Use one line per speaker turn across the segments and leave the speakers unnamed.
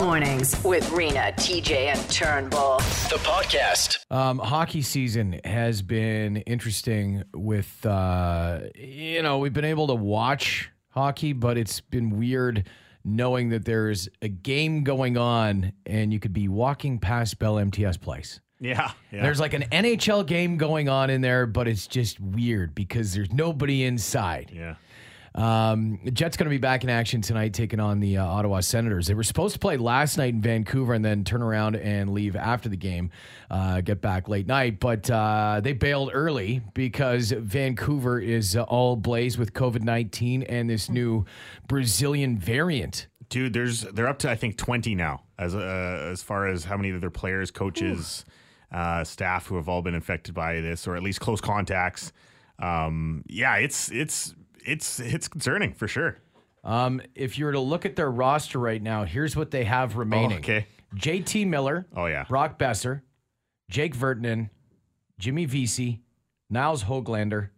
Mornings with Rena, TJ, and Turnbull.
The podcast.
Um, hockey season has been interesting. With uh, you know, we've been able to watch hockey, but it's been weird knowing that there's a game going on, and you could be walking past Bell MTS Place.
Yeah. yeah.
There's like an NHL game going on in there, but it's just weird because there's nobody inside.
yeah.
Um, the Jets going to be back in action tonight, taking on the uh, Ottawa Senators. They were supposed to play last night in Vancouver and then turn around and leave after the game, uh, get back late night. But uh, they bailed early because Vancouver is uh, all blaze with COVID 19 and this new Brazilian variant.
Dude, there's they're up to I think 20 now as uh, as far as how many of their players, coaches, uh, staff who have all been infected by this or at least close contacts. Um, yeah, it's it's it's it's concerning for sure.
Um, if you were to look at their roster right now, here's what they have remaining.
Oh, okay.
JT Miller.
Oh, yeah.
Brock Besser, Jake Vertanen, Jimmy Vesey, Niles Hoglander,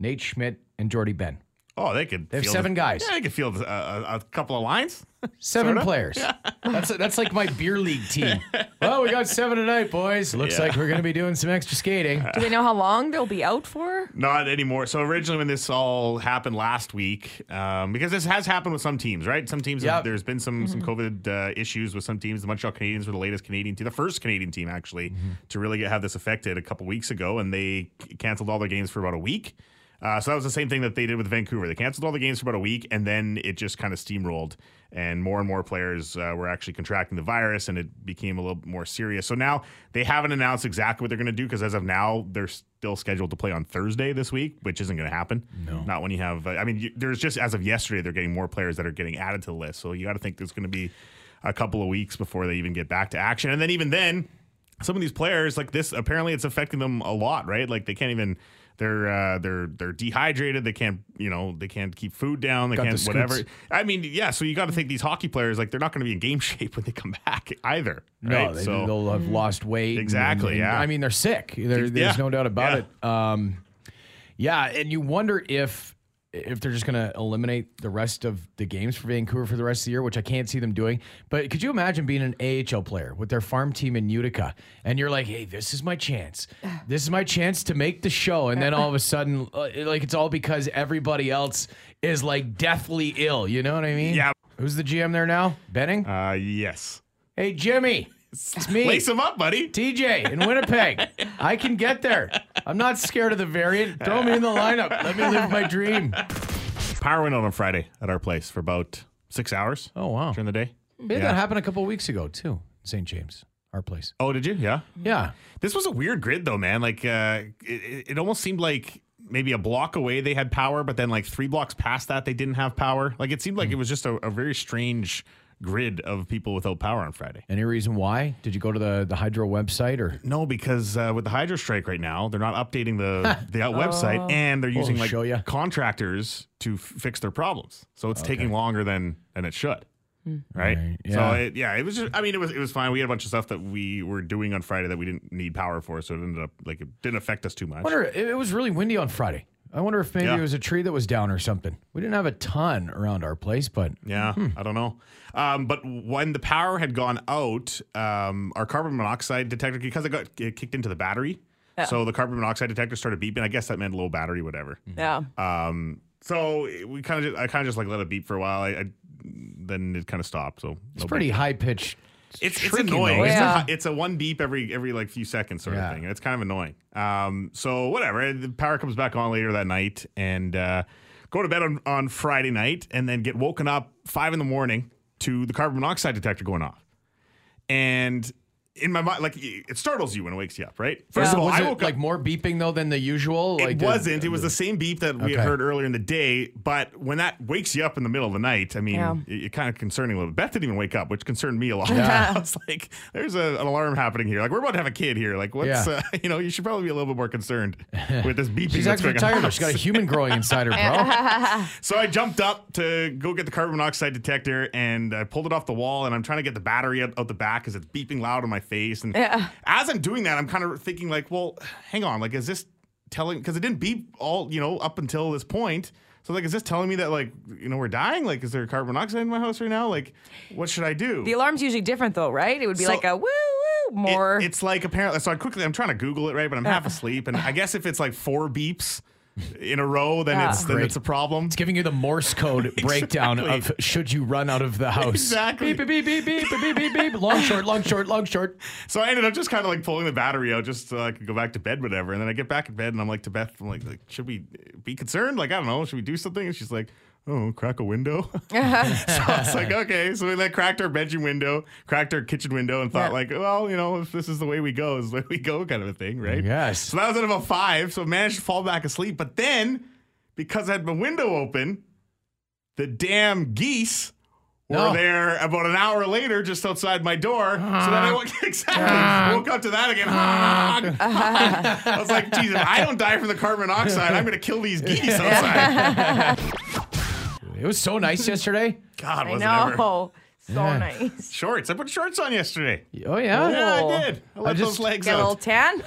Nate Schmidt, and Jordy Ben.
Oh, they could.
They have
field
seven
a-
guys.
Yeah, they could field a, a, a couple of lines.
Seven
Sorta.
players. That's that's like my beer league team. well, we got seven tonight, boys. Looks
Yeah.
like we're gonna be doing some extra skating.
Do we know how long they'll be out for?
Not anymore. So originally, when this all happened last week, um, because this has happened with some teams, right? Some teams,
Yep.
there's been some some COVID uh, issues with some teams. The Montreal Canadiens were the latest Canadian team, the first Canadian team actually to really get, have this affected a couple weeks ago, and they c- canceled all their games for about a week. Uh, so that was the same thing that they did with Vancouver. They canceled all the games for about a week, and then it just kind of steamrolled, and more and more players uh, were actually contracting the virus, and it became a little bit more serious. So now they haven't announced exactly what they're going to do because as of now, they're still scheduled to play on Thursday this week, which isn't going to happen. No, not when you have. uh, I mean, you, there's just as of yesterday, they're getting more players that are getting added to the list. So you got to think there's going to be a couple of weeks before they even get back to action, and then even then some of these players like this apparently it's affecting them a lot right like they can't even they're uh, they're they're dehydrated they can't you know they can't keep food down they
Got the
can't
scoops.
whatever i mean yeah so you got to think these hockey players like they're not going to be in game shape when they come back either right
No, they,
so
they'll have lost weight. and-
Exactly,
and-
yeah.
I mean, they're sick. There- there's
Yeah,
no doubt about
yeah.
it. Um, yeah, and you wonder if if they're just going to eliminate the rest of the games for Vancouver for the rest of the year, which I can't see them doing. But could you imagine being an AHL player with their farm team in Utica, and you're like, "Hey, this is my chance. This is my chance to make the show." And then all of a sudden, uh, like it's all because everybody else is like deathly ill. You know what I mean?
Yeah.
Who's the GM there now? Benning.
uh yes
hey, Jimmy. It's me.
lace them up buddy
TJ in Winnipeg. I can get there. I'm not scared of the variant. Throw me in the lineup. Let me live my dream.
power went out on friday at our place for about six hours
Oh wow.
during the day
Maybe that happened a couple weeks ago too. St. James, our place.
oh did you yeah
Yeah.
This was a weird grid though, man. Like uh, it, it almost seemed like maybe a block away they had power, but then like three blocks past that they didn't have power. Like it seemed like it was just a, a very strange grid of people without power on Friday.
Any reason why? Did you go to the, the Hydro website or
No, because uh, with the hydro strike right now, they're not updating the the uh, website, and they're using like
Oh. show ya.
contractors to f- fix their problems. So it's taking longer than than it should. Right.
Hmm. Right, yeah.
So it, yeah, it was just. I mean, it was it was fine. We had a bunch of stuff that we were doing on Friday that we didn't need power for, so it ended up like it didn't affect us too much.
I wonder it, it was really windy on Friday. I wonder if maybe
Yeah.
it was a tree that was down or something. We didn't have a ton around our place, but
Yeah,
Hmm.
I don't know. Um, but when the power had gone out, um, our carbon monoxide detector, because it got it kicked into the battery, so the carbon monoxide detector started beeping. I guess that meant low battery, whatever.
Yeah.
Um, so we kind of, I kind of just like let it beep for a while. I, I then it kind of stopped. So
it's pretty high pitched.
It's, it's annoying. It's,
Yeah.
a, it's a one beep every every like few seconds sort
Yeah.
of thing, and it's kind of annoying. Um, so whatever. The power comes back on later that night, and uh, go to bed on, on Friday night, and then get woken up five in the morning to the carbon monoxide detector going off. And in my mind, like it startles you when it wakes you up, right? First of all,
was
I
it
woke
like
up.
more beeping though than the usual?
It
like the-
wasn't. it was the same beep that we
Okay.
had heard earlier in the day. But when that wakes you up in the middle of the night, I mean,
Yeah.
it, it kind of concerning a little. Beth didn't even wake up, which concerned me a lot. I was like, "There's a, an alarm happening here. Like we're about to have a kid here. Like what's
Yeah.
uh, you know? You should probably be a little bit more concerned with this beeping
She's
that's
actually
going on."
tired. She's got a human growing inside her, bro.
So I jumped up to go get the carbon monoxide detector and I pulled it off the wall and I'm trying to get the battery out, out the back because it's beeping loud in my face. And as I'm doing that, I'm kind of thinking like, well, hang on, like is this telling because it didn't beep all, you know, up until this point. So like, is this telling me that like you know we're dying? Like, is there carbon monoxide in my house right now? Like, what should I do?
The alarm's usually different though, right? It would be
So-
like a woo woo
It-
more.
it's like apparently. So I quickly, I'm trying to Google it right, but I'm half asleep. And I guess if it's like four beeps in a row, then
Yeah.
it's then
Great.
it's a problem.
It's giving you the Morse code breakdown of
Exactly.
should you run out of the house.
Exactly.
Beep, beep, beep, beep, beep, beep, beep, beep. Long, short, long, short, long, short.
So I ended up just kind of like pulling the battery out just so I could go back to bed, whatever. And then I get back in bed and I'm like to Beth, I'm like, like, should we be concerned? Like, I don't know, should we do something? And she's like, oh, crack a window. so I was like, okay. So we like cracked our bedroom window, cracked our kitchen window, and thought
Yeah.
like, well, you know, if this is the way we go, this is the way we go, kind of a thing, right?
Yes.
So that was at about five. So I managed to fall back asleep, but then because I had my window open, the damn geese. were
No.
there about an hour later, just outside my door. so then I
Uh-huh.
woke, exactly woke up to that again.
Uh-huh.
I was like, Jesus, I don't die from the carbon monoxide. I'm gonna kill these geese outside.
It was so nice yesterday.
God,
I
was not it ever?
know. So
Yeah.
nice.
Shorts. I put shorts on yesterday.
Oh, yeah.
Yeah,
Cool.
I did. I let
just
those legs
Get a little
out.
tan.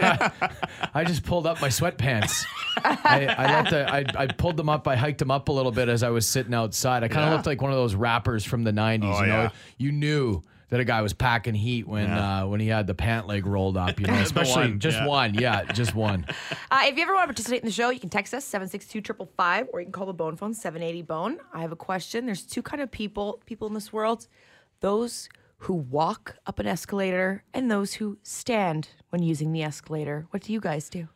I just pulled up my sweatpants. I, I, let the, I, I pulled them up. I hiked them up a little bit as I was sitting outside. I kind of
Yeah.
looked like one of those rappers from the 90s.
Oh,
you know,
yeah.
you knew that a guy was packing heat when uh, when he had the pant leg rolled up. You know, especially
one,
just
yeah.
one. Yeah, just one.
Uh, if you ever want to participate in the show, you can text us 762-555 or you can call the Bone Phone 780-BONE. I have a question. There's two kind of people people in this world. Those who walk up an escalator and those who stand when using the escalator. What do you guys do?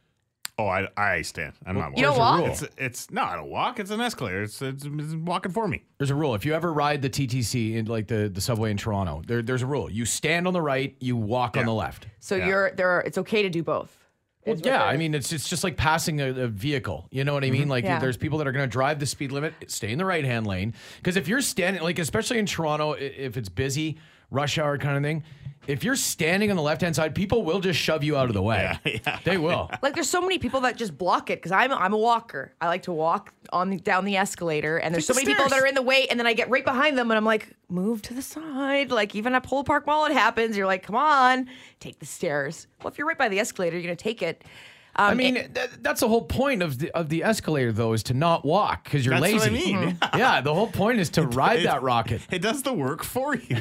Oh, I, I stand. I'm not.
You don't
walking.
walk?
It's, it's no, I don't walk. It's an escalator. It's, it's, it's walking for me.
There's a rule. If you ever ride the TTC in like the, the subway in Toronto, there, there's a rule. You stand on the right, you walk on the left.
So you're there are, it's okay to do both.
Well, yeah, I mean, it's, it's just like passing a, a vehicle. You know what I
Mm-hmm.
mean? Like,
Yeah.
there's people that are going to drive the speed limit, stay in the right hand lane. Because if you're standing, like, especially in Toronto, i- if it's busy, rush hour kind of thing, if you're standing on the left hand side, people will just shove you out of the way. They will.
Like there's so many people that just block it because I'm I'm a walker. I like to walk on the, down the escalator, and there's so
Take the
many people that
stairs.
are in the way, and then I get right behind them, and I'm like, move to the side. Like even at Polo Park Mall, it happens. You're like, come on, take the stairs. Well, if you're right by the escalator, you're gonna take it. Um,
I mean, th- that's the whole point of the of the escalator, though, is to not walk because you're
That's
lazy. Mm-hmm.
what I mean.
yeah, the whole point is to ride that rocket.
It does the work for you.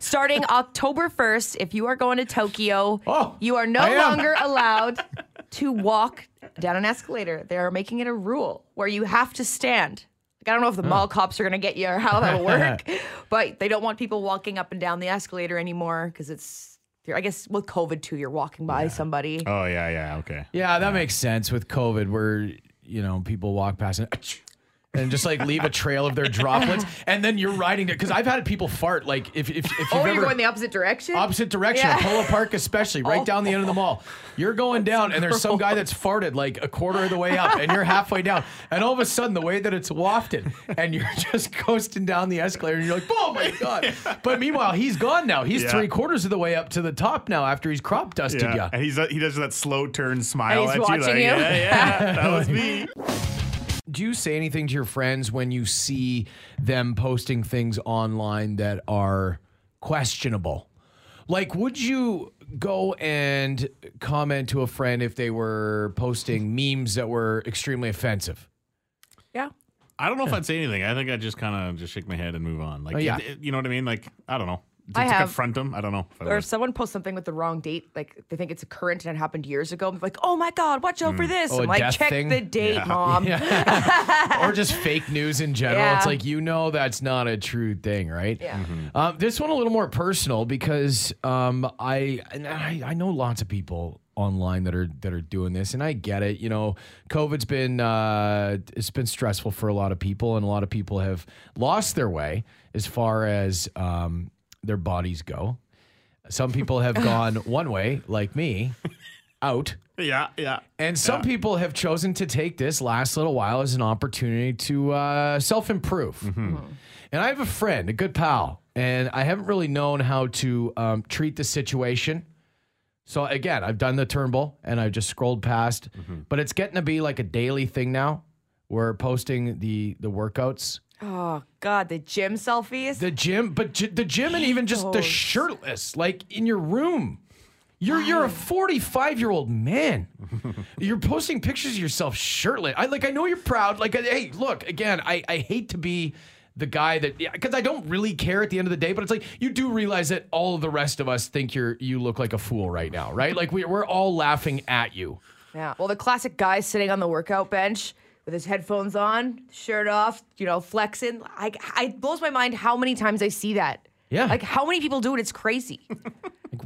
starting October 1st, if you are going to Tokyo,
Oh,
you are no
I am.
longer allowed to walk down an escalator. They are making it a rule where you have to stand. Like, I don't know if the mall cops are going to get you or how that'll work, but they don't want people walking up and down the escalator anymore because it's, I guess, with COVID too, you're walking by somebody.
oh yeah, yeah, okay.
Yeah, that makes sense with COVID, where you know people walk past and. "Achoo," And just like leave a trail of their droplets, and then you're riding it. Because I've had people fart. Like if if, if you've
Oh,
ever-
you're going the opposite direction?
opposite direction,
Yeah.
Polo Park especially, right
Oh.
down the end of the mall. You're going down, and there's some guy that's farted like a quarter of the way up, and you're halfway down, and all of a sudden the way that it's wafted, and you're just coasting down the escalator, and you're like, oh my god! But meanwhile, he's gone now. He's
Yeah.
three quarters of the way up to the top now after he's crop dusted
Yeah.
ya.
And he's he does that slow turn smile
he's
at
watching
you. Like,
you.
Yeah, yeah, that was me.
do you say anything to your friends when you see them posting things online that are questionable? Like, would you go and comment to a friend if they were posting memes that were extremely offensive?
yeah.
I don't know if I'd say anything. I think I'd just kind of just shake my head and move on. Like,
Oh, yeah.
it- it- you know what I mean? Like, I don't know. To,
I
to
have-
confront them, I don't know. If I
or
would.
if someone posts something with the wrong date, like they think it's a current and it happened years ago, I'm like, oh my god, watch out for this.
Oh, a
I'm like,
death
check
thing?
the date, mom.
or just fake news in general.
Yeah.
It's like you know that's not a true thing, right?
Yeah.
Um, this one a little more personal because um, I, and I I know lots of people online that are that are doing this, and I get it. You know, COVID's been uh, it's been stressful for a lot of people, and a lot of people have lost their way as far as um, their bodies go. Some people have gone one way, like me, out.
yeah, yeah.
And some people have chosen to take this last little while as an opportunity to uh, self improve. And I have a friend, a good pal, and I haven't really known how to um, treat the situation. So again, I've done the Turnbull and I just scrolled past, but it's getting to be like a daily thing now. We're posting the the workouts,
Oh god, the gym selfies.
the gym, but j- the gym, and even just the
Those.
shirtless, like in your room. You're you're a 45 year old man. you're posting pictures of yourself shirtless. I like I know you're proud. Like I- hey, look again. I I hate to be the guy that because I don't really care at the end of the day. But it's like you do realize that all of the rest of us think you're you look like a fool right now, right? Like we, we're all laughing at you.
Yeah. Well, the classic guy sitting on the workout bench with his headphones on, shirt off, you know, flexing. I, I it blows my mind how many times I see that.
Yeah.
Like how many people do it? It's crazy.
Like,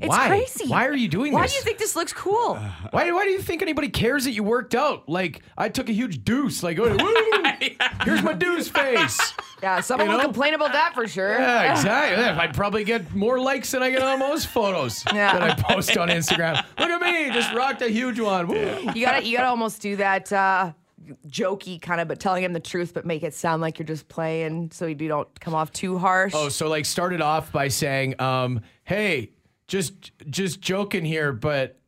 It's
why?
crazy.
Why are you doing
Why
this? Uh,
do you think this looks cool?
Why, why do you think anybody cares that you worked out? Like, I took a huge deuce. Like, woo, here's my deuce face.
yeah, someone
You
will
know?
complain about that for sure.
Yeah, exactly. Yeah, I'd probably get more likes than I get on most photos
Yeah.
that I post on Instagram. Look at me, just rocked a huge one. Woo.
You gotta you gotta almost do that uh jokey kind of but telling him the truth but make it sound like you're just playing so you don't come off too harsh.
Oh, so like started off by saying, um, "Hey, just just joking here," but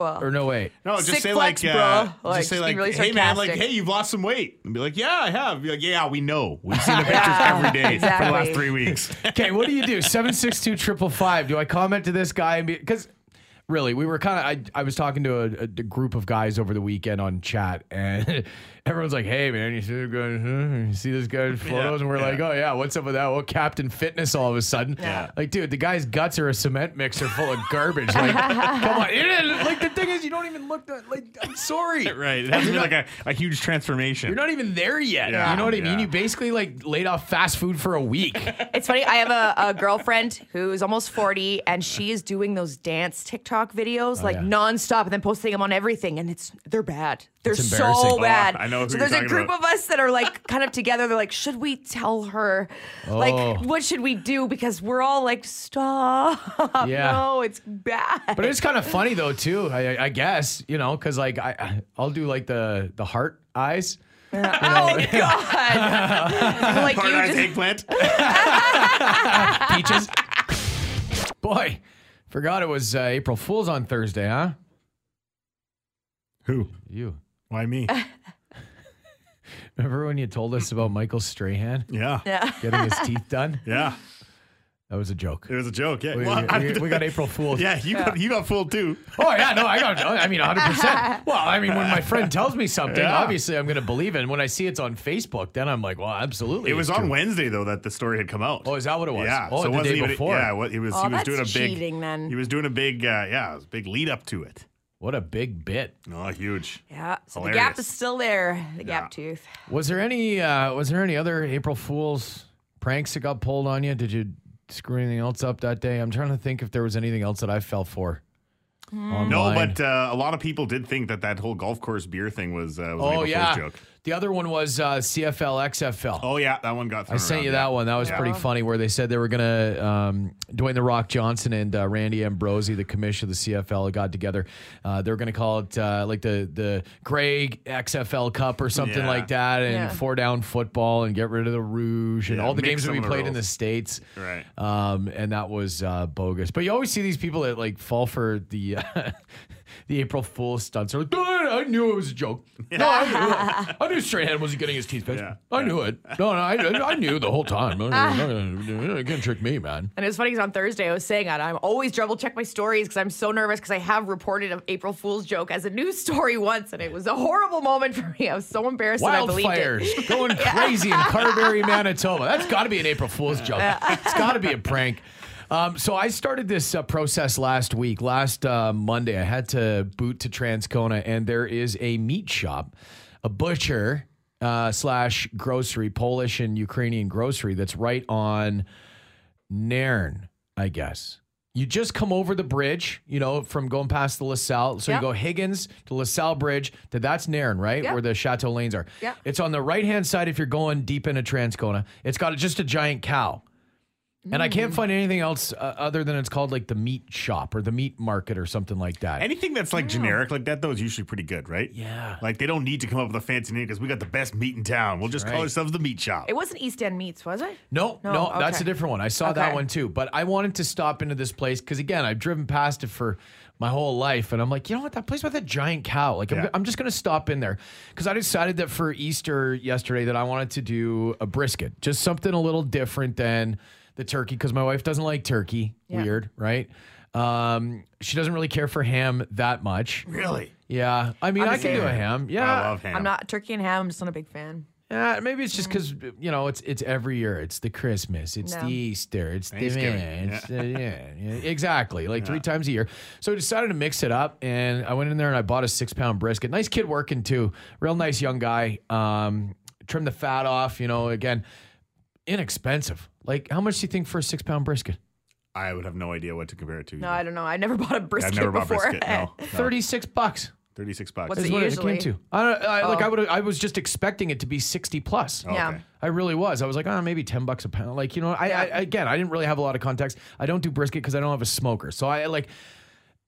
Well.
or no wait.
No, just
Sick
say
flex,
like,
bro.
uh,
Like,
just say
just be
like,
really
hey man, like,
sarcastic.
hey, you've lost some weight, and be like, yeah, I have. Be like, yeah, we know. We've seen the pictures every day for the last
exactly.
three weeks.
Okay, what do you do? Seven six two triple five. Do I comment to this guy? Because really, we were kind of. I, I was talking to a, a group of guys over the weekend on chat, and everyone's like, "Hey, man, you see this guy? huh? You see this guy's photos?" and we're like, "Oh yeah, what's up with that? Well, Captain Fitness all of a sudden.
Yeah.
Like, dude, the guy's guts are a cement mixer full of garbage. Like, come on. It is- like the thing is, you don't even look that. Like, I'm sorry.
right. It has to be like a, a huge transformation.
You're not even there yet.
Yeah.
You know what I mean?
Yeah.
You basically like laid off fast food for a week.
It's funny. I have a, a girlfriend who's almost 40 and she is doing those dance TikTok
Oh,
videos like
yeah.
nonstop and then posting them on everything. And it's, they're bad. They're
It's
so
embarrassing.
bad.
Oh, I know who
so
you're
there's a
talking
group
about.
of us that are like kind of together. They're like, should we tell her?
Oh.
Like, what should we do? Because we're all like, stop.
Yeah.
No, it's bad.
But it's kind of funny though too. I, I- I guess you know because like I I'll do like the the heart eyes.
oh, God. like,
Part
you
eyes
just,
eggplant.
Peaches. Boy, forgot it was uh, April Fool's on Thursday, huh?
Who?
You
Why me?
remember when you told us about Michael Strahan
Yeah.
yeah.
getting his teeth done?
Yeah.
That was a joke.
It was a joke. Yeah.
We,
Well,
we-
I'm-
we- we got April Fool's.
yeah, you got you got fooled too.
Oh yeah, no, I got. I mean, 100. percent Well, I mean, when my friend tells me something,
Yeah.
obviously I'm going to believe it. And when I see it's on Facebook, then I'm like, well, absolutely.
It was
it's
on
true.
Wednesday though that the story had come out.
Oh, is that what it was?
Yeah.
Oh,
so it
the
wasn't
day
even,
before.
Yeah. What, he was
Oh,
he was
that's
doing a big
cheating then.
He was doing a big uh, yeah, it was a big lead up to it.
What a big bit.
Oh, huge.
Yeah. So the
Hilarious.
gap is still there. The gap tooth.
Was there any uh, was there any other April Fools pranks that got pulled on you? Did you screw anything else up that day? I'm trying to think if there was anything else that I fell for.
No,
online.
but uh, a lot of people did think that that whole golf course beer thing was, uh, was an
oh
April
yeah,
Fool's joke.
the other one was uh, CFL XFL.
Oh yeah, that one got. Thrown
I sent
around,
you
yeah.
that one. That was pretty funny, where they said they were gonna um, Dwayne the Rock Johnson and uh, Randy Ambrosi, the commissioner of the CFL, got together. Uh, they were gonna call it uh, like the the Greg XFL Cup or something
Yeah.
like that, and
Yeah.
four down football, and get rid of the Rouge and
Yeah,
all the
mix
games that
some
we
of the
played in the
rules.
states.
Right.
Um, and that was uh, bogus. But you always see these people that like fall for the. Uh, The April Fool stunts are like, "Dude, I knew it was a joke. No, I knew it. I knew Strahan wasn't getting his teeth fixed.
Yeah.
I knew it. No, no, I, I knew the whole time. You can't trick me, man.
And it was funny because on Thursday I was saying that I'm always double check my stories because I'm so nervous because I have reported an April Fool's joke as a news story once and it was a horrible moment for me. I was so embarrassed that I believed it.
Wildfires going crazy in Carberry, Manitoba. That's got to be an April Fool's joke. It's got to be a prank. Um, so I started this uh, process last week, last uh, Monday. I had to boot to Transcona, and there is a meat shop, a butcher uh, slash grocery, Polish and Ukrainian grocery that's right on Nairn, I guess. You just come over the bridge, you know, from going past the LaSalle. So
Yeah.
you go Higgins to LaSalle Bridge. To, that's Nairn, right?
Yeah.
Where the Chateau Lanes are.
Yeah.
It's on the right hand side if you're going deep into Transcona. It's got just a giant cow. And I
Mm.
can't find anything else uh, other than it's called like the meat shop or the meat market or something like that.
Anything that's like generic like that though is usually pretty good, right?
Yeah.
Like they don't need to come up with a fancy name because we got the best meat in town. We'll just
right.
call ourselves the meat shop.
It wasn't East End Meats, was it?
No, no,
No,
that's a
okay.
different one. I saw that
Okay.
one too, but I wanted to stop into this place because again, I've driven past it for my whole life, and I'm like, you know what, that place with that giant cow. Like, I'm,
Yeah.
I'm just gonna stop in there because I decided that for Easter yesterday that I wanted to do a brisket, just something a little different than the turkey because my wife doesn't like turkey.
Yeah.
Weird, right? Um, she doesn't really care for ham that much.
Really?
Yeah, I mean,
I'm
i
the
can do
same.
a ham. Yeah,
I love ham.
Uh, I'm not turkey and ham. I'm just not a big fan.
Yeah, Uh, maybe it's just because you know it's it's every year. It's the Christmas. It's
No.
the Easter. It's the
Thanksgiving,
man. It's the, yeah, yeah, exactly. Like three times a year. So I decided to mix it up, and I went in there and I bought a six pound brisket. Nice kid working too. Real nice young guy. Um, trimmed the fat off. You know, again, inexpensive. Like how much do you think for a six pound brisket?
I would have no idea what to compare it to.
No, I don't know. I never bought a brisket
I've never bought
before.
brisket. No, no.
Thirty six bucks.
thirty six bucks.
What's
Is
it
what
usually?
it came to. I don't. I, Like
Oh.
I would. I was just expecting it to be sixty plus.
Oh,
Yeah.
okay.
I really was. I was like, oh, maybe 10 bucks a pound. Like, you know, I, I
Yeah.
again, I didn't really have a lot of context. I don't do brisket because I don't have a smoker. So I like,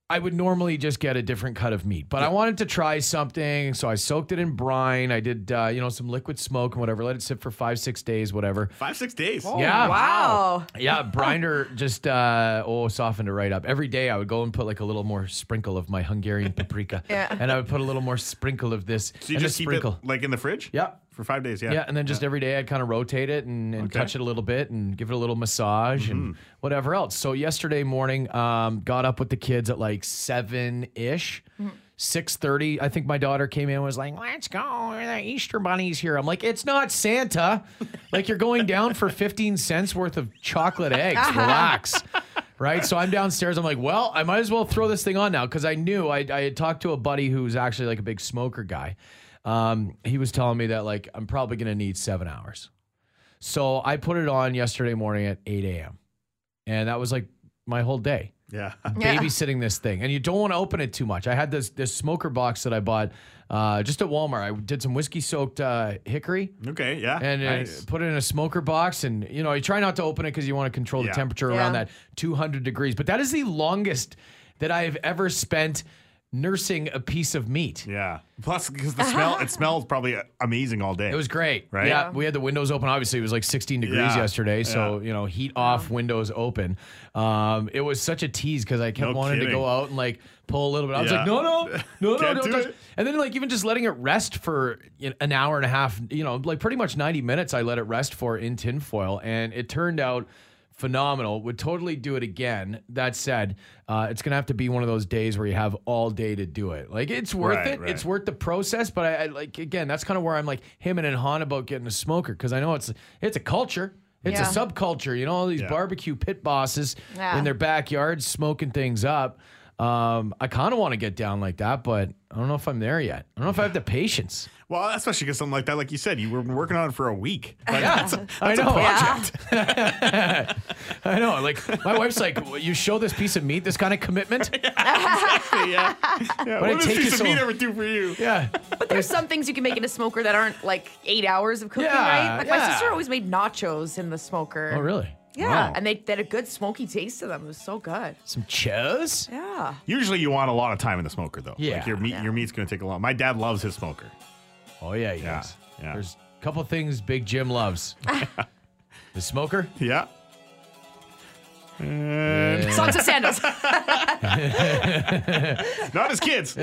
I would normally just get a different cut of meat, but I wanted to try something. So I soaked it in brine. I did, uh, you know, some liquid smoke and whatever, let it sit for five, six days, whatever.
Five six days.
yeah.
Oh, Wow.
Yeah, Brinder just uh, oh softened it right up. Every day I would go and put like a little more sprinkle of my Hungarian paprika,
Yeah.
and I would put a little more sprinkle of this.
So you
and a
just keep
sprinkle.
it like in the fridge.
Yeah.
For five days. Yeah.
Yeah, and then just every day I'd kind of rotate it and, and
Okay.
touch it a little bit and give it a little massage and whatever else. So yesterday morning, um, got up with the kids at like seven ish. 6.30 i think my daughter came in and was like let's go the easter bunny's here i'm like it's not santa like you're going down for 15 cents worth of chocolate eggs relax right so i'm downstairs i'm like well i might as well throw this thing on now because i knew I, I had talked to a buddy who's actually like a big smoker guy um, he was telling me that like I'm probably gonna need seven hours. So I put it on yesterday morning at 8 a.m. And that was like my whole day
Yeah.
Yeah.
babysitting this thing. And you don't want to open it too much. I had this this smoker box that I bought uh, just at Walmart. I did some whiskey soaked uh, hickory
okay. Yeah.
and uh,
nice.
put it in a smoker box. And you know you try not to open it because you want to control
Yeah.
the temperature
Yeah.
around that 200 degrees. But that is the longest that I have ever spent nursing a piece of meat.
yeah. Plus, because the smell, it smells probably uh, amazing all day.
It was great.
Right?
Yeah.
Yeah.
We had the windows open. Obviously, it was like 16 degrees
Yeah.
yesterday. So, you know, heat off, windows open. Um, it was such a tease because I kept
No
wanting to
kidding.
go out and like pull a little bit. I was
Yeah.
like, no, no, no, no,
Can't
don't
do
touch.
it.
And then, like, even just letting it rest for you know, an hour and a half, you know, like pretty much 90 minutes, I let it rest for in tinfoil. And it turned out phenomenal. Would totally do it again. That said, uh, it's going to have to be one of those days where you have all day to do it. Like, it's worth
Right,
it.
right.
It's worth the process. But I, I like, again, that's kind of where I'm like him and Han about getting a smoker because I know it's it's a culture. It's
Yeah.
a subculture, you know, all these
Yeah.
barbecue pit bosses
Yeah.
in their backyards smoking things up. Um, I kind of want to get down like that, but I don't know if I'm there yet. I don't know if I have the patience.
well, especially because something like that, like you said, you were working on it for a week. Like, that's a-
I know.
Yeah.
I know. Like my wife's like, "Well, you show this piece of meat, this kind of commitment.
yeah. yeah.
it
What does
take
a
you
piece of
so-
meat ever do for you?
Yeah.
But there's some things you can make in a smoker that aren't like eight hours of cooking,
Yeah,
right? Like my
yeah.
sister always made nachos in the smoker.
Oh, really?
Yeah,
Wow.
and they, they had a good smoky taste to them. It was so good.
Some chos?
Yeah.
Usually, you want a lot of time in the smoker, though.
Yeah.
Like your meat, your meat's gonna take a long. My dad loves his smoker.
Oh yeah, he
Yeah,
does.
yeah.
There's a couple things Big Jim loves. the smoker.
Yeah.
Socks and sandals.
Not as kids.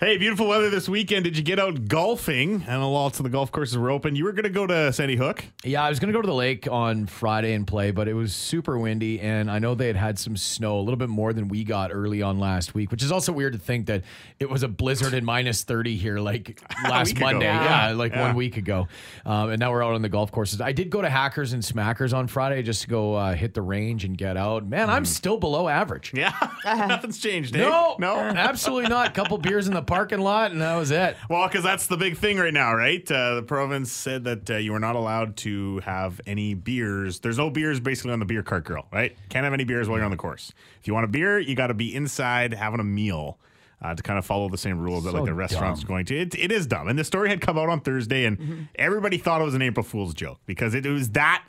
hey, beautiful weather this weekend. Did you get out golfing? And a lot of the golf courses were open. You were going to go to Sandy Hook.
Yeah, I was going to go to the lake on Friday and play, but it was super windy. And I know they had had some snow, a little bit more than we got early on last week, which is also weird to think that it was a blizzard and minus 30 here like last
week ago.
Monday.
Yeah.
Yeah, like
Yeah.
one week ago. Um, and now we're out on the golf courses. I did go to Hackers and Smackers on Friday just to go uh, hit the range and get out. Man,
Mm.
I'm still below average.
Yeah. Nothing's changed, eh?
No,
No.
absolutely not. couple beers in the parking lot, and that was it.
Well, because that's the big thing right now, right? Uh, the province said that uh, you were not allowed to have any beers. There's no beers basically on the beer cart girl, right? Can't have any beers while you're on the course. If you want a beer, you got to be inside having a meal. Uh, to kind of follow the same rules that like
So
the restaurants
dumb. Mm-hmm.
going to it, it is dumb and the story had come out on thursday and everybody thought it was an april fool's joke because it, it was that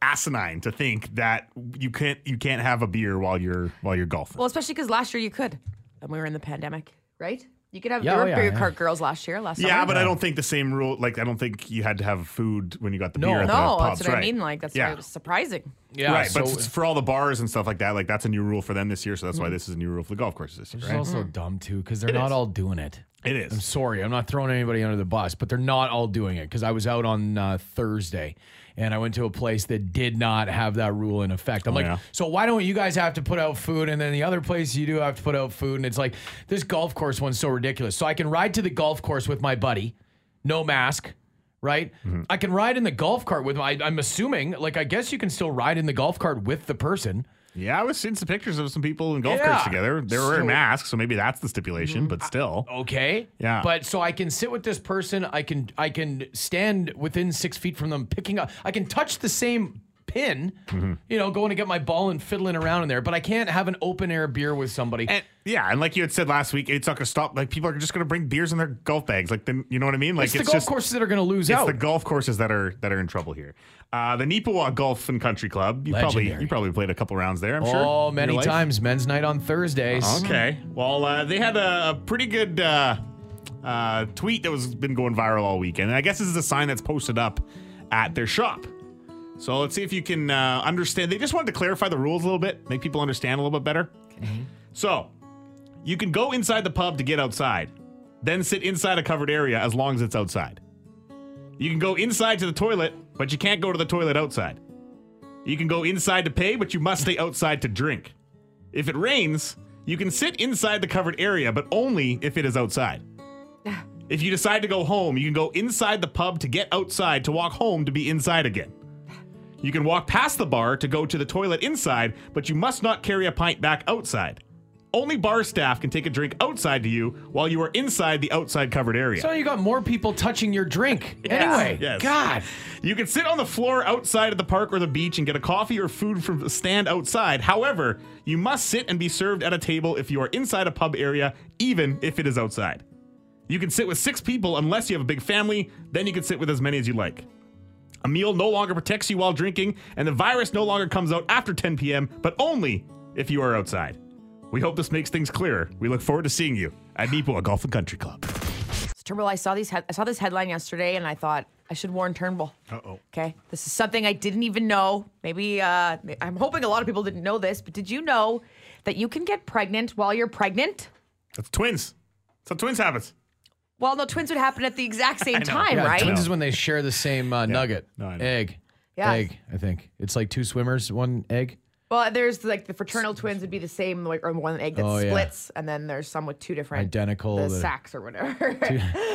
asinine to think that you can't you can't have a beer while you're while you're golfing
well, especially because last year you could, and we were in the pandemic, right? You could have
Yeah,
there
oh,
were
yeah,
beer
yeah.
cart girls last year, last
Yeah,
summer.
but I don't think the same rule. Like, I don't think you had to have food when you got the
No.
beer. At the
no, that's
pubs,
what I
right.
mean. Like that's why
yeah.
it was surprising.
Yeah,
right, but
so-
s- for all the bars and stuff like that, like that's a new rule for them this year. So that's
Mm.
why this is a new rule for the golf courses this year,
It's
right?
also dumb too because they're not all doing it.
It
I'm
is.
sorry, I'm not throwing anybody under the bus, but they're not all doing it because I was out on uh, Thursday And I went to a place that did not have that rule in effect. I'm like,
Oh, yeah.
so why don't you guys have to put out food? And then the other place you do have to put out food. And it's like, this golf course one's so ridiculous. So I can ride to the golf course with my buddy, no mask, right?
Mm-hmm.
I can ride in the golf cart with my, I'm assuming, like, I guess you can still ride in the golf cart with the person.
Yeah, I was seeing some pictures of some people in golf
Yeah.
carts together. They
So-
were
Mm-hmm.
wearing masks, so maybe that's the stipulation, but still.
Okay.
Yeah.
But so I can sit with this person. I can I can stand within six feet from them, picking up. I can touch the same pin.
Mm-hmm.
You know, going to get my ball and fiddling around in there. But I can't have an open air beer with somebody.
And yeah, and like you had said last week, it's not gonna stop. Like people are just gonna bring beers in their golf bags. Like then you know what I mean? Like
it's, the golf
just
courses that are going to lose
it's
out.
the golf courses that are that are in trouble here. Uh, the Nipawa Golf and Country Club. You probably
Legendary.
you probably played a couple rounds there. I'm sure. in
oh,
your
many
life. Uh-huh.
times men's night on Thursdays.
Okay. Well, uh, they had a, a pretty good uh, uh, tweet that was been going viral all weekend, and I guess this is a sign that's posted up at their shop. So let's see if you can uh, understand. They just wanted to clarify the rules a little bit, make people understand a little bit better. So you can go inside the pub to get outside, then sit inside a covered area as long as it's outside. You can go inside to the toilet, but you can't go to the toilet outside. You can go inside to pay, but you must stay outside to drink. If it rains, you can sit inside the covered area, but only if it is outside. If you decide to go home, you can go inside the pub to get outside to walk home to be inside again. You can walk past the bar to go to the toilet inside, but you must not carry a pint back outside. Only bar staff can take a drink outside to you while you are inside the outside covered area.
So you got more people touching your drink. Anyway,
Yes.
God,
You can sit on the floor outside of the park or the beach and get a coffee or food from the stand outside. However, you must sit and be served at a table if you are inside a pub area, even if it is outside. You can sit with six people unless you have a big family, then you can sit with as many as you like. A meal no longer protects you while drinking, and the virus no longer comes out after 10 p.m., but only if you are outside. We hope this makes things clearer. We look forward to seeing you at Nipawa Golf and Country Club.
Turnbull, I saw these. Head- I saw this headline yesterday, and I thought I should warn Turnbull. Uh
Uh-oh.
Okay, this is something I didn't even know. Maybe uh, I'm hoping a lot of people didn't know this, but did you know that you can get pregnant while you're pregnant?
That's twins. That's how twins happens.
Well, no, twins would happen at the exact same time,
Yeah,
right?
Twins is when they share the same uh, nugget,
No, I know.
egg,
Yeah.
egg. I think it's like two swimmers, one egg.
Well, there's like the fraternal twins would be the same, like or one egg that
Oh, yeah.
splits, and then there's some with two different
Identical,
the,
the-
sacks or whatever.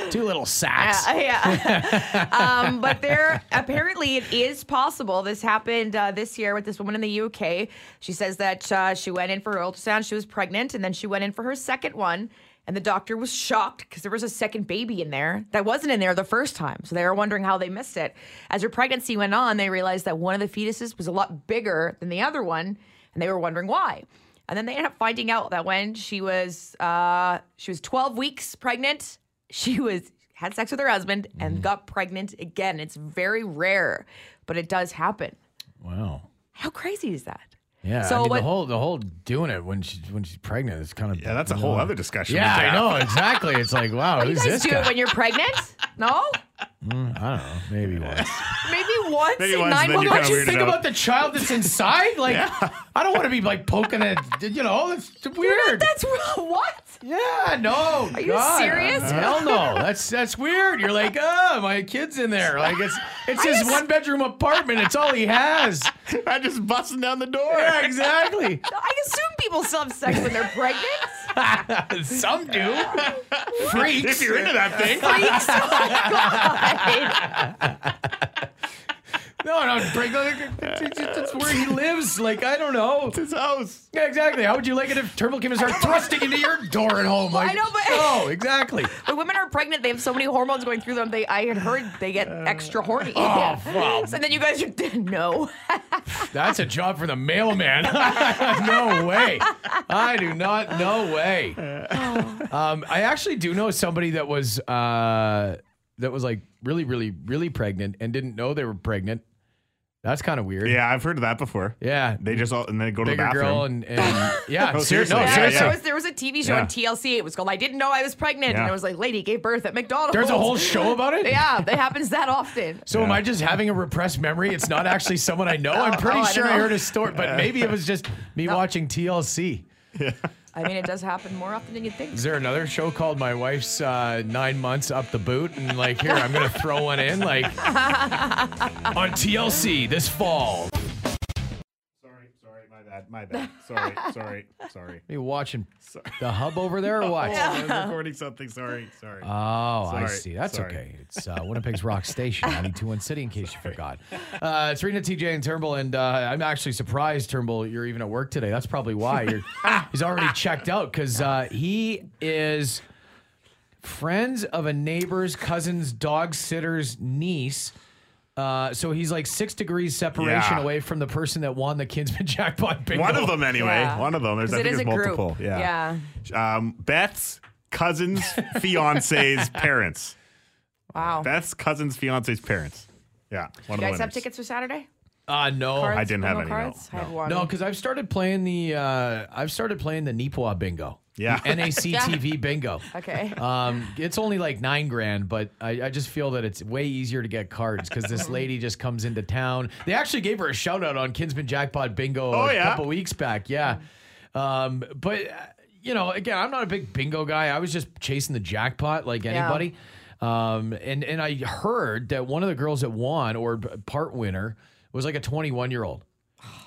Two little sacks.
Uh, yeah. um, but there, apparently, it is possible. This happened uh, this year with this woman in the UK. She says that uh, she went in for her ultrasound. She was pregnant, and then she went in for her second one. And the doctor was shocked because there was a second baby in there that wasn't in there the first time. So they were wondering how they missed it. As her pregnancy went on, they realized that one of the fetuses was a lot bigger than the other one, and they were wondering why. And then they ended up finding out that when she was uh, she was 12 weeks pregnant, she was had sex with her husband
Mm.
and got pregnant again. It's very rare, but it does happen.
Wow.
How crazy is that?
Yeah,
So
I mean,
what-
the whole the whole doing it when she's when she's pregnant is kind of
Yeah, that's a whole other discussion.
yeah I
Jeff.
know exactly. It's like wow,
You
who's
guys
this
do it
guy?
when you're pregnant? No,
I don't know, maybe once.
maybe once
Maybe
in
once,
nine
then
months.
you
Don't
kinda
you
weirded
think
out.
about the child that's inside? Like I don't want to be like poking at you know it's
You're not-
weird.
That's what?
yeah, no. Are
you serious?
Hell no. That's that's weird. You're like, oh, my kid's in there. Like it's it's his one bedroom apartment. It's all he has.
I just busting down the door.
Yeah, exactly.
I assume people still have sex when they're pregnant.
Some do. Freaks.
If you're into that thing,
No, no, break. Like, it's- it's- it's where he lives. Like I don't know.
his house.
Yeah, exactly. How would you like it if Turbo Kim and start thrusting into your door at home? Like,
I know, but-
no, exactly.
when women are pregnant, they have so many hormones going through them. They, I had heard, they get extra horny.
Uh, Oh, wow.
So then you guys are no.
That's a job for the mailman. no way. I do not. No way.
Oh.
Um, I actually do know somebody that was uh, that was like really, really, really pregnant and didn't know they were pregnant. That's kind of weird.
Yeah, I've heard of that before.
Yeah.
They just all and then go to the
Bigger
bathroom.
girl and, and yeah.
Oh,
ser-
seriously.
No,
Yeah,
Yeah,
seriously.
there, was, there was a TV show
Yeah.
on TLC. It was called I Didn't Know I Was Pregnant.
Yeah.
And it was like, lady gave birth at McDonald's.
There's a whole show about it.
Yeah, that happens that often.
So am I just having a repressed memory? It's not actually someone I know. I'm pretty
Oh, I
sure I
don't know.
heard a story, but maybe it was just me watching TLC.
I mean, it does happen more often than you think.
Is there another show called My Wife's uh, Nine Months Up the Boot? And like, here, I'm going to throw one in, like, on TLC this fall.
Sorry, sorry, my bad, my bad. Sorry, sorry, sorry.
Are you watching the hub over there or what?
I was recording something. Sorry, sorry.
Oh, I
Sorry,
see. That's
sorry.
okay. It's uh, Winnipeg's Rock Station, 921 City, in case you forgot. Uh, it's Rena, TJ, and Turnbull. And uh, I'm actually surprised, Turnbull, you're even at work today. That's probably why. You're, he's already checked out because uh, he is friends of a neighbor's cousin's dog sitter's niece. Uh, so he's like six degrees separation
Yeah.
away from the person that won the Kinsman jackpot bingo.
one of them, anyway.
Yeah.
One of them. There's,
'Cause
I
it
think
is
there's
a group.
multiple.
Yeah.
Um, Beth's cousin's fiance's parents.
Wow.
Beth's cousin's fiance's parents. Yeah, one
you
of the
guys have
winners.
tickets for Saturday?
Uh, no,
Cards,
Oh, didn't have
bingo
any, no.
Cards? I had one.
No, because I've started playing the uh, I've started playing the Nipah bingo.
Yeah.
The NAC TV bingo.
Okay.
Um, it's only like nine grand, but I, I just feel that it's way easier to get cards because this lady just comes into town. They actually gave her a shout out on Kinsman Jackpot Bingo
Oh,
a
yeah?
couple weeks back. Yeah. Um, but, uh, you know, again, I'm not a big bingo guy. I was just chasing the jackpot like anybody. Um, and, and I heard that one of the girls that won or b- part winner was like a 21 year old.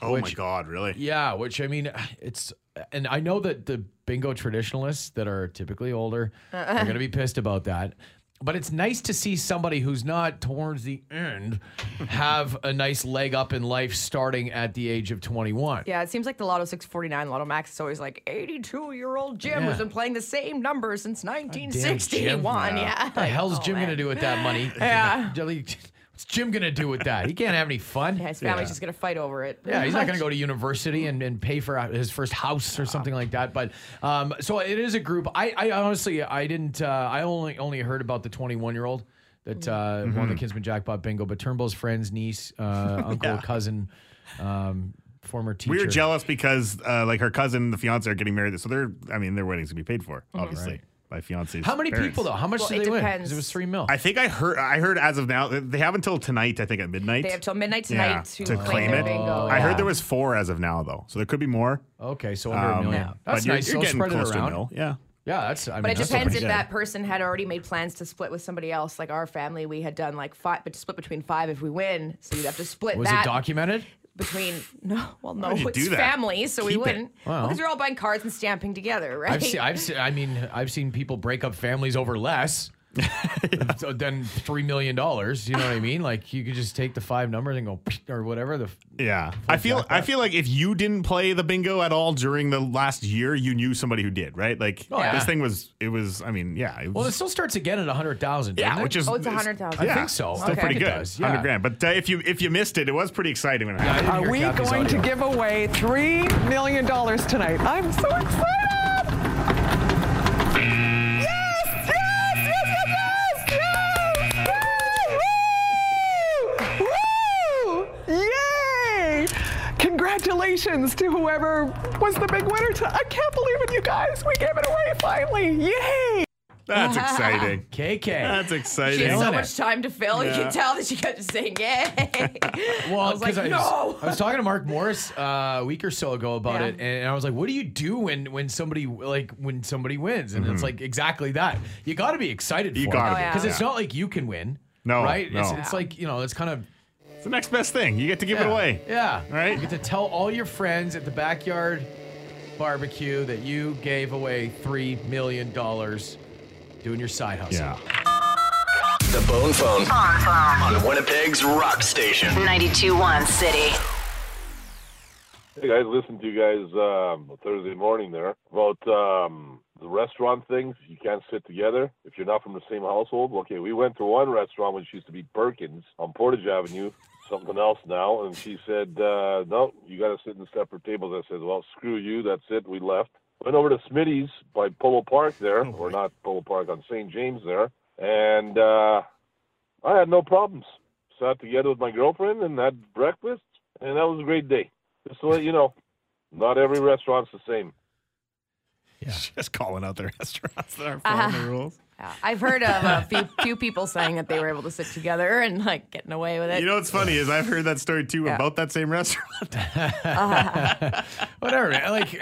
Oh my God, really?
Yeah, which I mean, it's and I know that the bingo traditionalists that are typically older are going to be pissed about that. But it's nice to see somebody who's not towards the end have a nice leg up in life starting at the age of 21.
Yeah, it seems like the Lotto 649 Lotto Max is always like 82 year old Jim
Yeah.
who's been playing the same number since 1961.
Jim.
yeah.
What the hell's Jim going to do with that money?
oh, Yeah.
What's Jim going to do with that? He can't have any fun.
Yeah, his family's just gonna fight over it.
Yeah, he's not going to go to university and, and pay for his first house or something like that. But um, so it is a group. I, I honestly, I didn't. Uh, I only only heard about the 21 year old that
Mm.
uh,
Mm-hmm.
won the Kinsman Jackpot Bingo. But Turnbull's friend's niece, uh, uncle, cousin, um, former teacher.
We were jealous because uh, like her cousin and the fiance are getting married, so they're I mean their wedding's gonna be paid for, obviously. By fiance's
How many
parents.
people though? How much
Well,
did
it
they win? 'Cause
depends.
It was three mil.
I think I heard I heard as of now they have until tonight, I think at midnight.
They have till midnight tonight
Yeah,
to,
to
claim,
claim
their
it.
bingo.
Oh,
I heard
yeah.
there was four as of now though. So there could be more.
okay, so under a
Um,
million. That's
but you're,
nice.
You're
so
getting
spread it
close to a
around.
mil. Yeah.
Yeah, that's. I mean,
But it
that's
depends
pretty
good.
if that person had already made plans to split with somebody else. Like our family, we had done like five, but to split between five if we win. So you'd have to split
Was it
that
documented?
between no, well, no,
would you
it's
do that?
family, so we
Keep it.
wouldn't because
Well.
we're all buying cards and stamping together, right?
I've seen, I've seen, I mean, I've seen people break up families over less so than three million dollars. You know what I mean? Like you could just take the five numbers and go or whatever. The
Yeah. I feel I feel like if you didn't play the bingo at all during the last year, you knew somebody who did, right? Like
Oh, yeah.
this thing was it was I mean, yeah, it was
well, it still starts again at a hundred thousand.
yeah, which is
Oh, it's
a
100,000.
I think so.
Still pretty
Okay.
I think
good.
it does, yeah.
100 grand. But uh, if you if you missed it, it was pretty exciting when it happened.
Are we going to give away $3 million tonight? I'm so excited! Yes! Yes! Yes! Yes! Yes! Yes! Woo! Woo! Yay! Congratulations to whoever was the big winner. To- I can't believe it, you guys. We gave it away finally. Yay!
That's exciting.
KK.
That's exciting.
she had so
Killing it.
much time to fill. You
Yeah.
can tell that she kept saying yay. I
Well,
was like,
because I,
no.
was, I was talking to Mark Morris uh, a week or so ago about
Yeah.
it, and I was like, "What do you do when when somebody like when somebody wins?" And it's like exactly that. You got to be excited.
You
for
gotta
Oh, be, yeah.
because it's
yeah.
not like you can win.
No,
right? It's,
no.
it's like you know, it's kind of
It's the next best thing. You get to give it
Yeah.
away.
Yeah.
Right?
You get to tell all your friends at the backyard barbecue that you gave away three million dollars doing your side hustle.
Yeah.
The Bone Phone on Winnipeg's Rock Station.
921 City.
Hey guys, listen to you guys um, Thursday morning there about um, the restaurant things. You can't sit together if you're not from the same household. Okay, we went to one restaurant which used to be Perkins on Portage Avenue, something else now, and she said, uh, "No, you got to sit in separate tables." I said, "Well, screw you. That's it. We left." Went over to Smitty's by Polo Park there, or not Polo Park on St. James there, and uh, I had no problems. Sat together with my girlfriend and had breakfast, and that was a great day. Just to let you know, not every restaurant's the same.
Just calling out the restaurants that are following
Uh-huh.
the rules.
Yeah, I've heard of a few, few people saying that they were able to sit together and like getting away with it.
You know what's funny is I've heard that story too
Yeah.
about that same restaurant.
Whatever. man. Like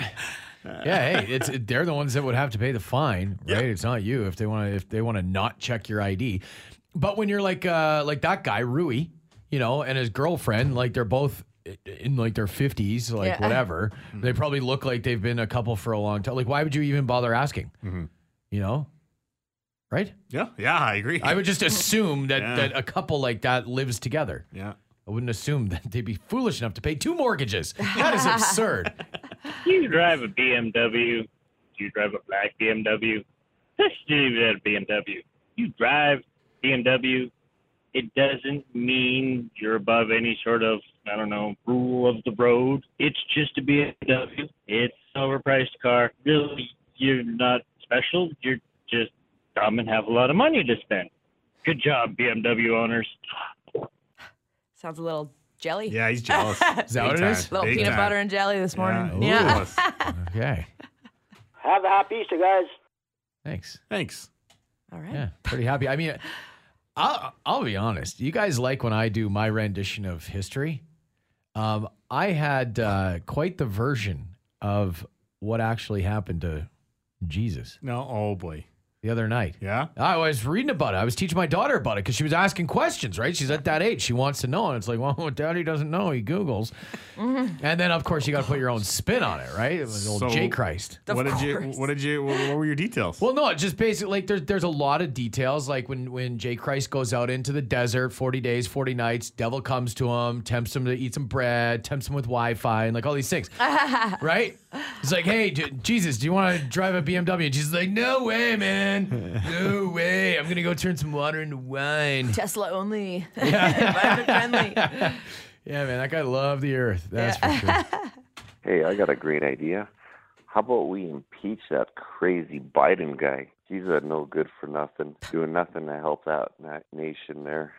Yeah, hey, it's it, they're the ones that would have to pay the fine, right? It's not you if they want to if they want to not check your ID. But when you're like uh like that guy Rui, you know, and his girlfriend, like they're both i- in like their 50s, like
Yeah.
whatever. They probably look like they've been a couple for a long time. Like why would you even bother asking? You know? Right?
Yeah, yeah, I agree.
I would just assume that
Yeah.
that a couple like that lives together.
yeah.
I wouldn't assume that they'd be foolish enough to pay two mortgages. That is absurd.
Do you drive a BMW? Do you drive a black BMW? That's not even a BMW. You drive BMW. It doesn't mean you're above any sort of I don't know rule of the road. It's just a BMW. It's an overpriced car. Really, you're not special. You're just dumb and have a lot of money to spend. Good job, BMW owners.
Sounds a little jelly.
Yeah, he's jealous.
Is that what it is?
Little peanut butter and jelly this morning.
Yeah.
Yeah.
Jealous.
Okay.
Have a happy Easter, guys.
Thanks.
Thanks.
All right.
Yeah, pretty happy. I mean, I'll, I'll be honest. You guys like when I do my rendition of history. Um, I had uh, quite the version of what actually happened to Jesus
No, oh boy.
the other night.
Yeah.
I was reading about it. I was teaching my daughter about it because she was asking questions, right? She's at that age. She wants to know. And it's like, well, what daddy doesn't know, he Googles. And then, of course, you got to put your own spin on it, right? It was old
So-
J Christ.
Of
what did you?
course.
What did you? What, what were your details?
Well, no, it's just basically like there's there's a lot of details. Like when when Jay Christ goes out into the desert, forty days, forty nights, devil comes to him, tempts him to eat some bread, tempts him with Wi-Fi, and like all these things, right? He's like, hey, J- Jesus, do you want to drive a BMW? And Jesus is like, no way, man, no way. I'm gonna go turn some water into wine.
Tesla only. Environment friendly.
Yeah, man, that guy loved the earth. That's for sure.
Hey, I got a great idea. How about we impeach that crazy Biden guy? He's a no good for nothing, doing nothing to help out that nation there.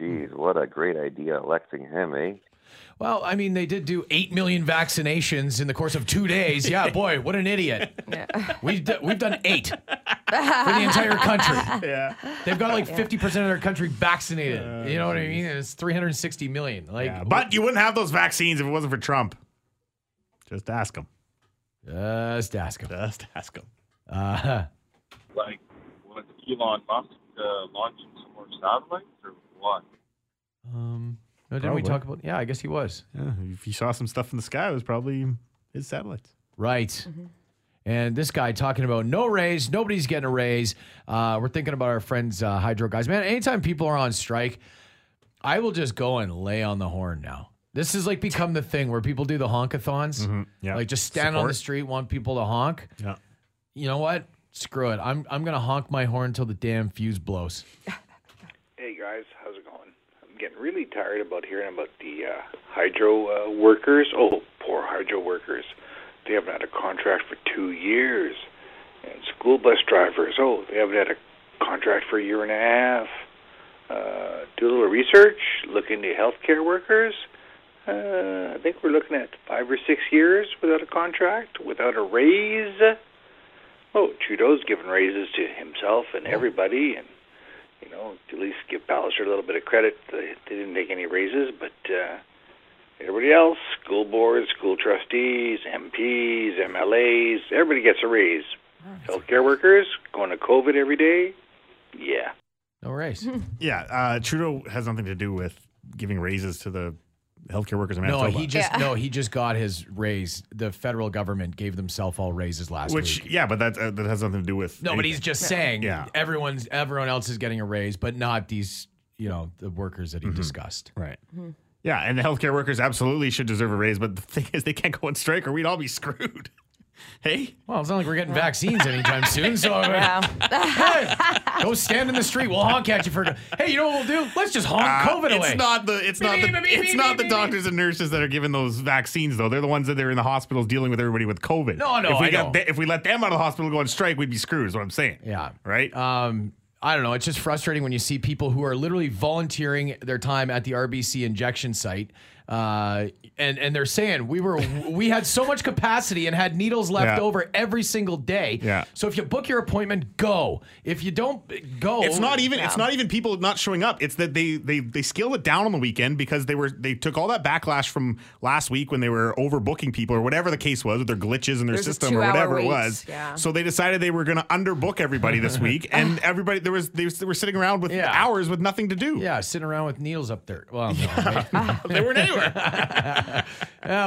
Jeez, what a great idea electing him, eh?
Well, I mean, they did do eight million vaccinations in the course of two days. Yeah, boy, what an idiot.
Yeah.
We've d- we've done eight for the entire country.
yeah.
They've got like fifty percent of their country vaccinated. you know what I mean? It's three hundred sixty million. Like,
Yeah, But you wouldn't have those vaccines if it wasn't for Trump. Just ask him.
just ask them.
Just ask him.
Uh,
Like, was Elon Musk uh, launching some more satellites or what?
um, no, didn't we
Probably.
talk about? Yeah, I guess he was
Yeah, if you saw some stuff in the sky, it was probably his satellites.
right. And this guy talking about no raise, nobody's getting a raise. Uh, we're thinking about our friends, uh, Hydro guys. Man, anytime people are on strike, I will just go and lay on the horn now. This has like become the thing where people do the honkathons.
Mm-hmm. Yeah.
Like just stand on the street, want people to honk.
Yeah.
You know what? Screw it. I'm I'm gonna honk my horn until the damn fuse blows.
Hey guys, how's it going? I'm getting really tired about hearing about the uh, hydro uh, workers. Oh, poor hydro workers. They haven't had a contract for two years. And school bus drivers. Oh, they haven't had a contract for a year and a half. Uh, do a little research. Look into healthcare workers. Uh, I think we're looking at five or six years without a contract, without a raise. Oh, Trudeau's giving raises to himself and everybody, and you know, at least give Palliser a little bit of credit. They, they didn't take any raises, but uh, everybody else, school boards, school trustees, MPs, MLAs, everybody gets a raise. Healthcare workers going to COVID every day. Yeah.
No raise.
Yeah. Uh, Trudeau has nothing to do with giving raises to the healthcare workers in
no,
Manitoba.
he just no, he just got his raise. The federal government gave themselves all raises last
Which,
week.
yeah, but that uh, that has nothing to do with.
No, but he's
anything.
just saying
Yeah.
everyone's everyone else is getting a raise, but not these, you know, the workers
Mm-hmm.
that he discussed.
Right. Mm-hmm. Yeah, and the healthcare workers absolutely should deserve a raise, but the thing is, they can't go on strike or we'd all be screwed. hey?
Well, it's not like we're getting vaccines anytime soon, so I mean,
Um,
hey, go stand in the street. We'll honk at you for. Hey, you know what we'll do? Let's just honk
Uh,
COVID
it's
away.
not the it's not the
Beep, beep, beep,
it's
beep, beep,
not the
beep, beep.
doctors and nurses that are giving those vaccines though. They're the ones that are in the hospitals dealing with everybody with COVID.
No, no,
If we
I
got
know.
the- if we let them out of the hospital and go on strike, we'd be screwed. Is what I'm saying.
Yeah.
Right.
um, I don't know. It's just frustrating when you see people who are literally volunteering their time at the RBC injection site Uh, and and they're saying we were we had so much capacity and had needles left
Yeah.
over every single day.
Yeah.
So if you book your appointment, go. If you don't go,
It's not even. It's
Yeah.
not even people not showing up. It's that they they they scaled it down on the weekend because they were they took all that backlash from last week when they were overbooking people or whatever the case was with their glitches in their
There's a
system or
two-hour
whatever it
wait,
was.
yeah.
So they decided they were going to underbook everybody this week, and everybody there was they were sitting around with hours with nothing to do.
Yeah, sitting around with needles up there. Well, no,
they weren't anywhere.
yeah,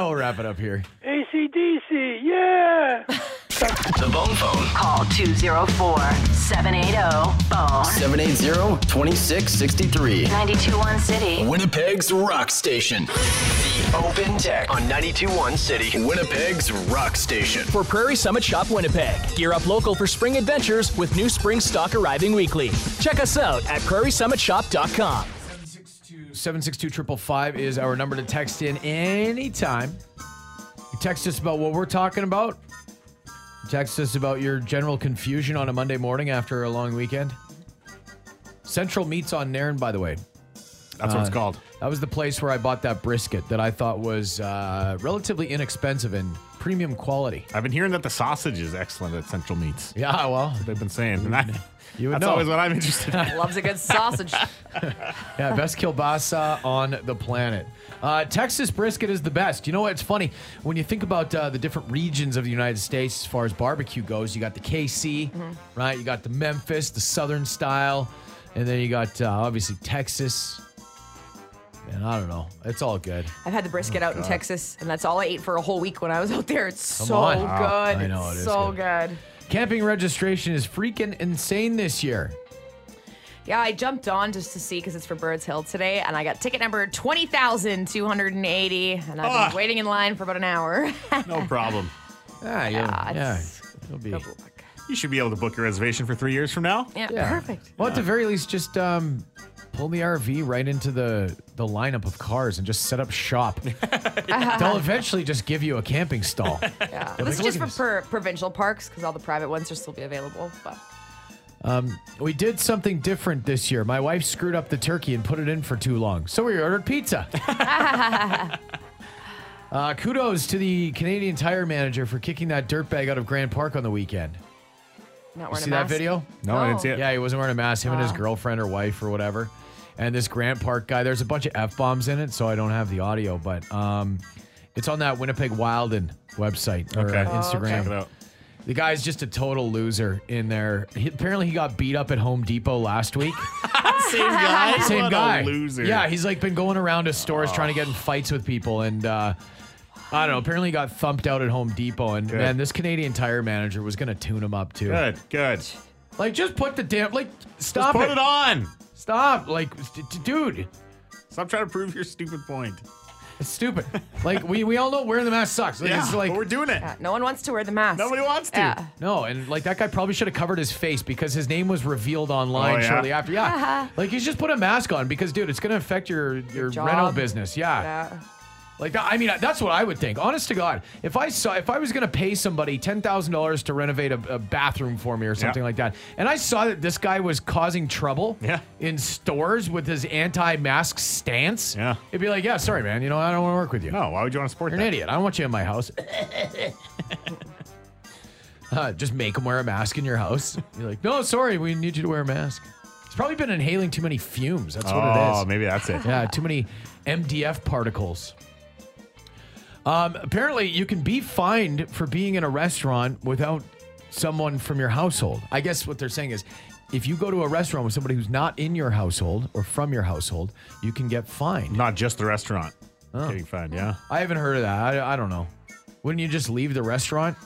we'll wrap it up here.
ACDC, yeah!
The Bone Phone.
Call 204 780 Bone.
780-2663.
921 City.
Winnipeg's Rock Station. The Open Tech on 921 City. Winnipeg's Rock Station.
For Prairie Summit Shop Winnipeg, gear up local for spring adventures with new spring stock arriving weekly. Check us out at prairiesummitsshop.com.
762 is our number to text in anytime. You text us about what we're talking about. You text us about your general confusion on a Monday morning after a long weekend. Central Meats on Nairn, by the way.
That's what it's called.
That was the place where I bought that brisket that I thought was uh, relatively inexpensive and premium quality.
I've been hearing that the sausage is excellent at Central Meats.
Yeah, well,
they've been saying. And I,
you would
that's
know.
always what I'm interested in.
Loves a good sausage.
Yeah, best kielbasa on the planet. Uh, Texas brisket is the best. You know what? It's funny when you think about uh, the different regions of the United States as far as barbecue goes. You got the KC,
Mhm.
right? You got the Memphis, the Southern style, and then you got uh, obviously Texas. And I don't know. It's all good.
I've had the brisket
Oh,
out in
God.
Texas, and that's all I ate for a whole week when I was out there. It's
Come
so
on.
good.
Wow. I know,
it's
it is
so good.
Camping registration is freaking insane this year.
Yeah, I jumped on just to see because it's for Birds Hill today, and I got ticket number 20,280, and I've
Ah.
been waiting in line for about an hour.
No problem.
Ah, yeah, yeah. It'll be.
You should be able to book your reservation for three years from now.
Yeah, perfect.
Well, at the very least, just um, pull the RV right into the the lineup of cars and just set up shop. They'll eventually just give you a camping stall.
Yeah.
They'll
Uh,
be
this is just
looking-
for per- provincial parks because all the private ones will still be available. But
Um, we did something different this year. My wife screwed up the turkey and put it in for too long, so we ordered pizza. uh, kudos to the Canadian tire manager for kicking that dirtbag out of Grand Park on the weekend.
not
You
wearing
see
a mask.
that video?
No, I didn't see it.
Yeah, he wasn't wearing a mask. Him and his
Wow.
girlfriend or wife or whatever. And this Grant Park guy. There's a bunch of f bombs in it, so I don't have the audio, but um, it's on that Winnipeg Wilden website or
Okay.
uh,
Oh, okay.
Instagram.
Check it out.
The guy's just a total loser in there. He, apparently, he got beat up at Home Depot last week.
Same guy.
Same
What a
guy.
loser.
Yeah, he's like been going around to stores
Oh.
trying to get in fights with people, and uh, I don't know. Apparently, he got thumped out at Home Depot, and
Good.
man, this Canadian tire manager was gonna tune him up too.
Good, good.
Like, just put the damn like stop
put it on.
Stop, like, d- d- dude.
Stop trying to prove your stupid point.
It's stupid. like we we all know wearing the mask sucks. Like,
Yeah,
it's like
but we're doing it.
Yeah, no one wants to wear the mask.
Nobody wants to.
Yeah.
No, and like that guy probably should have covered his face because his name was revealed online
Oh, yeah?
shortly after. Yeah, like he's just put a mask on because, dude, it's gonna affect your your,
job.
rental business. Yeah.
Yeah.
Like that, I mean, that's what I would think. Honest to God, if I saw if I was gonna pay somebody ten thousand dollars to renovate a, a bathroom for me or something like that, and I saw that this guy was causing trouble in stores with his anti-mask stance, yeah, it'd be like, yeah, sorry, man, you know, I don't want to work with you.
No, Oh, why would you want to support?
You're an idiot. I don't want you in my house. Uh, just make him wear a mask in your house. You're like, no, sorry, we need you to wear a mask. He's probably been inhaling too many fumes. That's what it is.
Oh, maybe that's it.
Yeah, too many MDF particles. Um, apparently, you can be fined for being in a restaurant without someone from your household. I guess what they're saying is if you go to a restaurant with somebody who's not in your household or from your household, you can get fined.
Not just the restaurant.
Oh.
Getting fined, yeah.
I haven't heard of that. I, I don't know. Wouldn't you just leave the restaurant?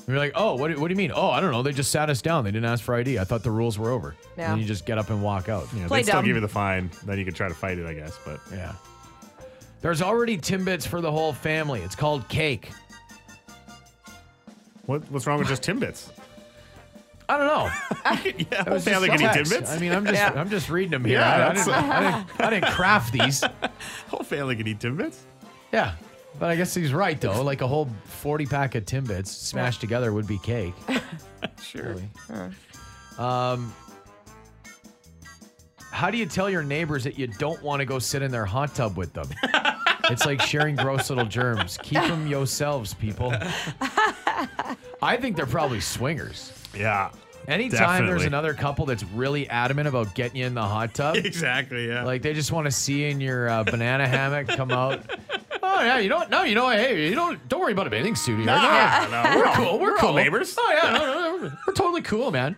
And you're like, oh, what, do- what do you mean? Oh, I don't know. They just sat us down. They didn't ask for ID. I thought the rules were over.
Yeah.
And then you just get up and walk out.
Yeah, they'd still give you the fine. Then you could try to fight it, I guess. But
yeah, There's already Timbits for the whole family. It's called cake.
what, what's wrong with just Timbits?
I don't know.
yeah,
That was
family
just
can eat
text.
Timbits.
I mean, I'm just
Yeah.
I'm just reading them here.
Yeah,
I- I,
that's-
didn't, I, didn't, I didn't craft these.
Whole family can eat Timbits.
Yeah, but I guess he's right though. Like a whole 40 pack of Timbits smashed together would be cake.
Sure.
Um, how do you tell your neighbors that you don't want to go sit in their hot tub with them? It's like sharing gross little germs. Keep them yourselves, people. I think they're probably swingers.
Yeah.
Anytime there's
definitely.
another couple that's really adamant about getting you in the hot tub,
Exactly. Yeah.
like they just want to see you in your uh, banana hammock come out. Oh yeah, you know what? No, you know what? Hey, you don't don't worry about a bathing suit here.
Nah,
no,
no,
we're
we're all-
cool. We're,
we're
cool.
all neighbors.
Oh yeah, no, no, no, we're totally cool, man.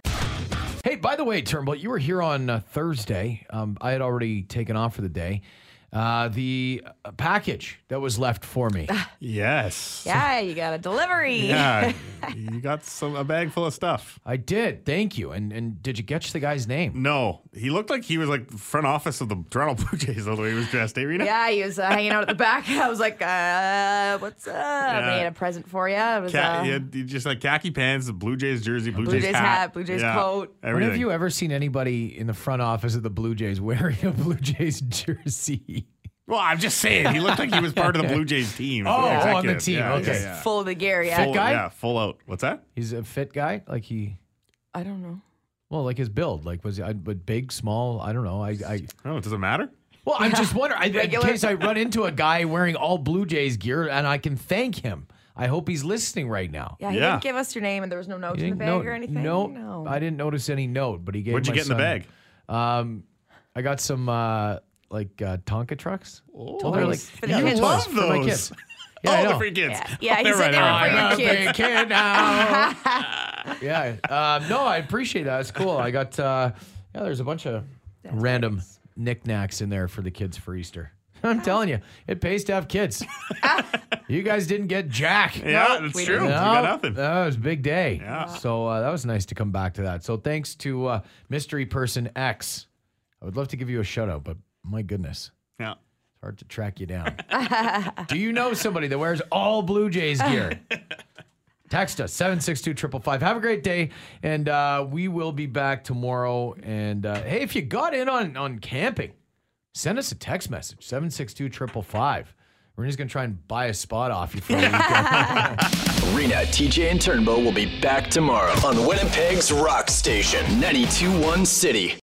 Hey, by the way, Turnbull, you were here on uh, Thursday. Um, I had already taken off for the day. Uh, the uh, package that was left for me.
yes.
Yeah, you got a delivery.
Yeah. you got some a bag full of stuff.
I did. Thank you. And and did you catch the guy's name?
No, he looked like he was like front office of the Toronto Blue Jays the way he was dressed. eh, Rena?
Yeah, he was uh, hanging out at the back. I was like, uh, what's up? And he had a present for you. It was,
Ca-
uh,
he had he just like khaki pants, the Blue Jays jersey, Blue,
Blue Jays hat, Blue Jays coat.
When
Everything.
have you ever seen anybody in the front office of the Blue Jays wearing a Blue Jays jersey?
well, I'm just saying, he looked like he was part of the Blue Jays team.
Oh, on the
Executive.
team,
Yeah,
okay.
yeah, yeah.
Full of the gear, yeah.
Full- Yeah, full out. What's that?
He's a fit guy. Like he,
I don't know.
well, like his build. Like was he I, but big, small? I don't know. I, I
Oh, does it matter?
well, I'm just wondering. I, in
Regular?
case I run into a guy wearing all Blue Jays gear, and I can thank him. I hope he's listening right now.
Yeah, he
Yeah.
didn't give us your name and there was no note
You
in the
didn't
bag
note-
or anything.
No,
no.
I didn't notice any note. But he gave.
What'd you
my
get in the
son-
bag?
Um, I got some uh, like uh, Tonka trucks. Oh,
Toys. For the kids.
Love
my
those.
kids.
Oh,
Yeah, I
All
know.
the free kids.
Yeah, yeah, he
They're
said they
right
were
on.
for your
I'm a
kids.
big kid now. yeah. Um, no, I appreciate that. It's cool. I got uh, yeah. There's a bunch of random knickknacks in there for the kids for Easter. I'm telling you, it pays to have kids. you guys didn't get jack.
Yeah, that's true. We got nothing.
That was a big day.
Yeah.
So uh, that was nice to come back to that. So thanks to uh, mystery person X. I would love to give you a shout out, but my goodness,
Yeah.
it's hard to track you down. Do you know somebody that wears all Blue Jays gear? Text us 762-555. Have a great day, and uh, we will be back tomorrow. And uh, hey, if you got in on on camping, send us a text message 762-555. We're just gonna try and buy a spot off you for a weekend.
Rena, TJ, and Turnbow will be back tomorrow on Winnipeg's Rock Station, 921 City.